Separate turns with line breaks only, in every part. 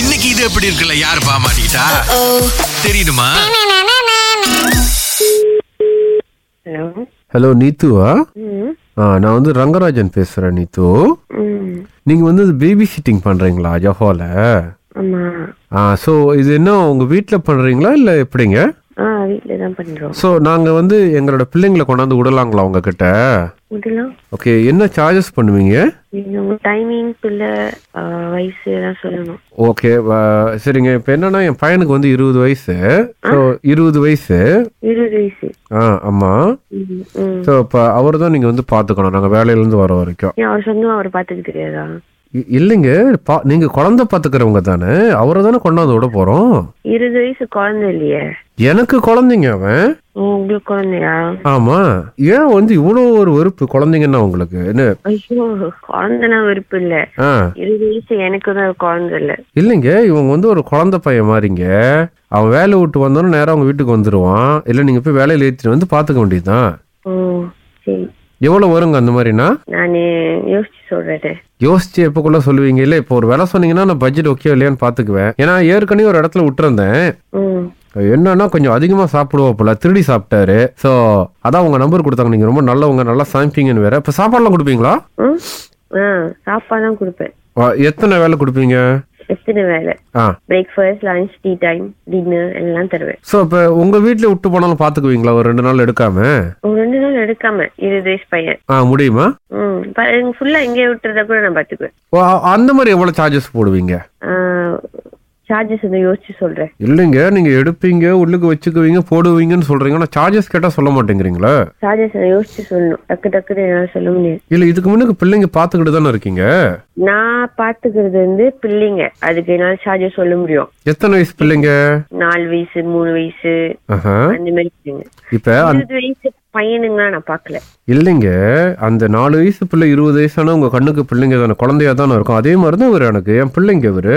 இன்னைக்கு இது எப்படி இருக்குல்ல யாரு பாமாட்டா தெரியுமா
ஹலோ
ஹலோ நீத்துவா
ம்
ah? ஆ நான் வந்து ரங்கராஜன் பேசுகிறேன் நீத்து
ம்
நீங்கள் வந்து பேபி சிட்டிங் பண்ணுறீங்களா ஜஹோவில்
ஆமாம்
ஆ ஸோ இது என்ன உங்கள் வீட்டில் பண்ணுறீங்களா இல்லை எப்படிங்க
ஆ வீட்டில் தான் பண்ணுறோம்
ஸோ நாங்கள் வந்து எங்களோட பிள்ளைங்களை கொண்டாந்து விடலாங்களா உங்ககிட்ட
இதெல்லாம்
ஓகே என்ன சார்ஜஸ் பண்ணுவீங்க
நீங்கள் உங்கள் டைமிங் பிள்ளை ஆ, வயசு எல்லாம் சொல்லணும்
ஓகே வ- சரிங்க இப்போ என்னன்னா என் பையனுக்கு வந்து இருபது வயசு ஸோ இருபது வயசு
இருபது வயசு
ஆ ஆமாம்
ம் ம்
ஸோ இப்போ அவர் தான் நீங்கள் வந்து பார்த்துக்கணும் நாங்கள் வேலையிலேருந்து வர வரைக்கும்
ஏன் அவர் சொந்தமாக அவர் பார்த்துக்க தெரியாதா
இ- இல்லைங்க பா நீங்கள் குழந்தை பார்த்துக்கிறவங்க தானே அவரை தானே கொண்டாந்து விட போகிறோம்
இருபது வயசு குழந்தை இல்லையே
எனக்கு குழந்தைங்க அவன்
ஓ உங்களுக்கு குழந்தையா
ஆமா ஏன் வந்து இவ்வளோ ஒரு வெறுப்பு குழந்தைங்கன்னா உங்களுக்கு என்ன
ஐயோ குழந்தைனா விருப்பம் இல்லை
ஆ
இருபது வயசு எனக்கு தான் ஒரு குழந்தை இல்லை
இல்லைங்க இவங்க வந்து ஒரு குழந்தை பையன் மாதிரிங்க அவன் வேலை விட்டு வந்தோன்னு நேரா அவங்க வீட்டுக்கு வந்துருவான் இல்லை நீங்க போய் வேலையில ஏற்றிட்டு வந்து பார்த்துக்க வேண்டியதுதான்
ஓ சரி
எவ்வளோ வருங்க அந்த மாதிரினா
நான் யோசிச்சு சொல்கிறேன்
யோசிச்சு எப்போக்குள்ள சொல்லுவீங்க இல்லை இப்போ ஒரு விலை சொன்னீங்கன்னா நான் பட்ஜெட் ஓகே இல்லையான்னு பார்த்துக்குவேன் ஏன்னா ஏற்கனவே ஒரு இடத்துல விட்டுருந்தேன்
ம்
என்னன்னா கொஞ்சம் அதிகமாக சாப்பிடுவோம் போல திருடி சாப்பிட்டாரு ஸோ அதான் உங்க நம்பர் கொடுத்தாங்க நீங்கள் ரொம்ப நல்லவங்க நல்லா சமைப்பீங்கன்னு வேற இப்போ சாப்பாடுலாம் கொடுப்பீங்களா
ம் ஆ சாப்பாடுலாம் கொடுப்பேன்
ஆ, எத்தனை வேலை கொடுப்பீங்க
எத்தனை வேலை
ஆ
breakfast lunch tea time dinner எல்லாம் தருவேன்
ஸோ இப்போ உங்கள் வீட்டில் விட்டு போனாலும் பார்த்துக்குவீங்களா ஒரு ரெண்டு நாள் எடுக்காம
ஒரு ரெண்டு நாள் எடுக்காம இருபது வயசு பையன்
ஆ முடியுமா
ம் ஃபுல்லா எங்கேயே விட்டுறத கூட நான் பாத்துக்குவேன்
ஓ, அ- அந்த மாதிரி எவ்வளோ சார்ஜஸ் போடுவீங்க
சார்ஜஸ் வந்து யோசிச்சு சொல்றேன்
இல்லைங்க நீங்கள் எடுப்பீங்க உள்ளுக்கு வச்சுக்குவீங்க போடுவீங்கன்னு சொல்கிறீங்க ஆனால் சார்ஜஸ் கேட்டால் சொல்ல மாட்டேங்கிறீங்களா
சார்ஜஸ் யோசிச்சு சொல்லணும் டக்கு டக்குன்னு என்னால சொல்ல முடியாது
இல்லை இதுக்கு முன்னுக்கு பிள்ளைங்க பார்த்துக்கிட்டு தானே இருக்கீங்க
நான் பாத்துக்கிறது வந்து பிள்ளைங்க அதுக்கு என்னால சார்ஜஸ் சொல்ல முடியும்
எத்தனை வயசு பிள்ளைங்க
நாலு வயசு மூணு வயசு
ஆஹா
அந்த மாதிரி பிள்ளைங்க
இப்போ
இருபது வயசு பையனுங்களாம் நான் பாக்கல
இல்லைங்க அந்த நாலு வயசு பிள்ளை இருபது வயசான உங்கள் கண்ணுக்கு பிள்ளைங்க தானே குழந்தையா தானே இருக்கும் அதே மாதிரி தான் இவர் எனக்கு என் பிள்ளைங்க இவர்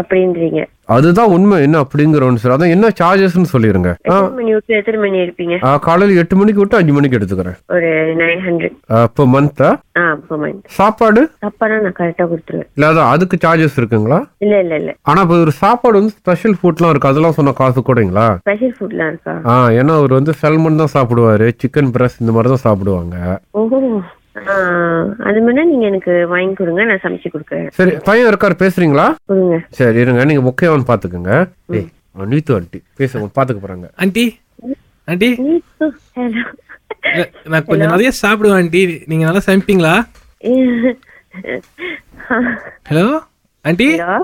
அப்படின்றீங்க
அதுதான் உண்மை என்ன அப்படிங்கிறோன்னு சொல்லி அதான் என்ன சார்ஜஸ்ன்னு சொல்லிடுங்க ஆ
எத்தனை மணி விட்டு எத்தனை மணி இருப்பீங்க
ஆ, காலையில எட்டு மணிக்கு விட்டு அஞ்சு மணிக்கு எடுத்துக்கிறேன்
ஒரு நைன் ஹண்ட்ரட்
அப்போ மந்த்தா
ஆ அப்போ மந்த்
சாப்பாடு
அப்பனா நான் கரெக்டா கொடுத்துருவேன்
இல்ல அதான் அதுக்கு சார்ஜஸ் இருக்குங்களா
இல்ல இல்ல இல்ல
ஆனா இப்போ ஒரு சாப்பாடு வந்து ஸ்பெஷல் ஃபுட்லாம் இருக்கு அதெல்லாம் சொன்ன காசு கூடங்களா
ஸ்பெஷல் ஃபுட்லாம் இருக்கா
ஆ ஏன்னா அவர் வந்து செல்மன் தான் சாப்பிடுவாரு சிக்கன் பிரஸ் இந்த மாதிரி தான் சாப்பிடுவாங்க
ஓஹோ ஆ, அது மாதிரி நீங்க எனக்கு வாங்கி கொடுங்க நான் சமைச்சு கொடுக்குறேன்
சரி பையன் இருக்காரு பேசுறீங்களா
கொடுங்க
சரி இருங்க நீங்க முக்கியவன் பாத்துக்கோங்க ஏய் அவன் நீத்து ஆண்டி பேசுங்க பாத்துக்க போறாங்க
ஆண்டி ஆண்டி
நீத்து, hello.
ந- நான் கொஞ்சம் நிறைய சாப்பிடுவேன் ஆண்டி நீங்க நல்லா சமைப்பீங்களா ஹலோ ஆண்டி
Hello?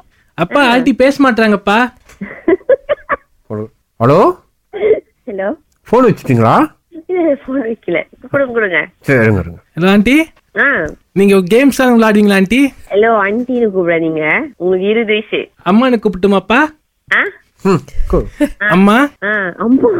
அப்பா ஆண்டி பேச மாட்டாங்கப்பா
ஹலோ
Hello?
ஃபோன் வச்சிட்டீங்களா
இல்ல, இல்ல, phone வைக்கல. கொடுங்க, கொடுங்க.
சரி இருங்க இருங்க
ஹலோ ஆண்டி
ஆ,
நீங்க கேம்ஸ் எல்லாம் விளையாடுவீங்களா ஆண்டி
hello, aunty ன்னு கூப்பிடாதீங்க. உங்களுக்கு இருபது வயசு.
அம்மா எனக்கு கூப்பிட்டுமாப்பா
ஆ?
ம், cool.
அம்மா
ஆ, அம்மா.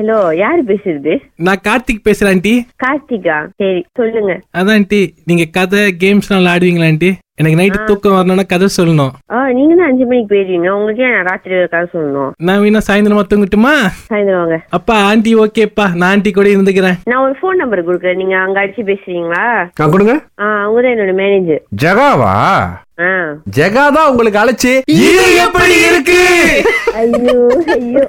Hello, யாரு பேசுறது
நான் கார்த்திக் பேசுறேன் ஆண்டி
கார்த்திகா சரி சொல்லுங்க
அதான் ஆண்டி நீங்க கதை கேம்ஸ் எல்லாம் விளையாடுவீங்களா ஆண்டி எனக்கு நைட்டு தூக்கம் வரணும்னா கதை சொல்லணும்
ஆ நீங்க தான் அஞ்சு மணிக்கு போயிருவீங்க உங்களுக்கு ஏன் ராத்திரி இருக்காது சொல்லணும்
நான் வேணா சாயந்தரமா தூங்கட்டுமா
சாயந்தரம் வாங்க
அப்பா ஆண்டி ஓகேப்பா நான் ஆண்டி கூட இருந்துக்கிறேன்
நான் ஒரு ஃபோன் நம்பர் கொடுக்குறேன் நீங்க அங்க அடிச்சு பேசுறீங்களா
ஆ, கொடுங்க
ஆ அவங்க தான் என்னோட மேனேஜர்
ஜெகாவா
ஆ
ஜெகா தான் உங்களுக்கு அழைச்சு இது எப்படி இருக்கு
ஐயோ ஐயோ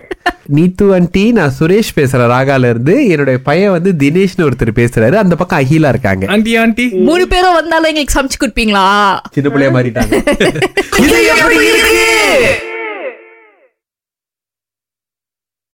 நீத்து ஆண்டி நான் சுரேஷ் பேசுறேன் ராகால இருந்து என்னுடைய பையன் வந்து தினேஷ்னு ஒருத்தர் பேசுறாரு அந்த பக்கம் அகிலா இருக்காங்க
ஆண்டி ஆண்டி
மூணு பேரும் வந்தாலும் எங்களுக்கு சமைச்சு கொடுப்பீங்களா
சின்ன பிள்ளைய மாறிட்டாங்க இது எப்படி இருக்கு?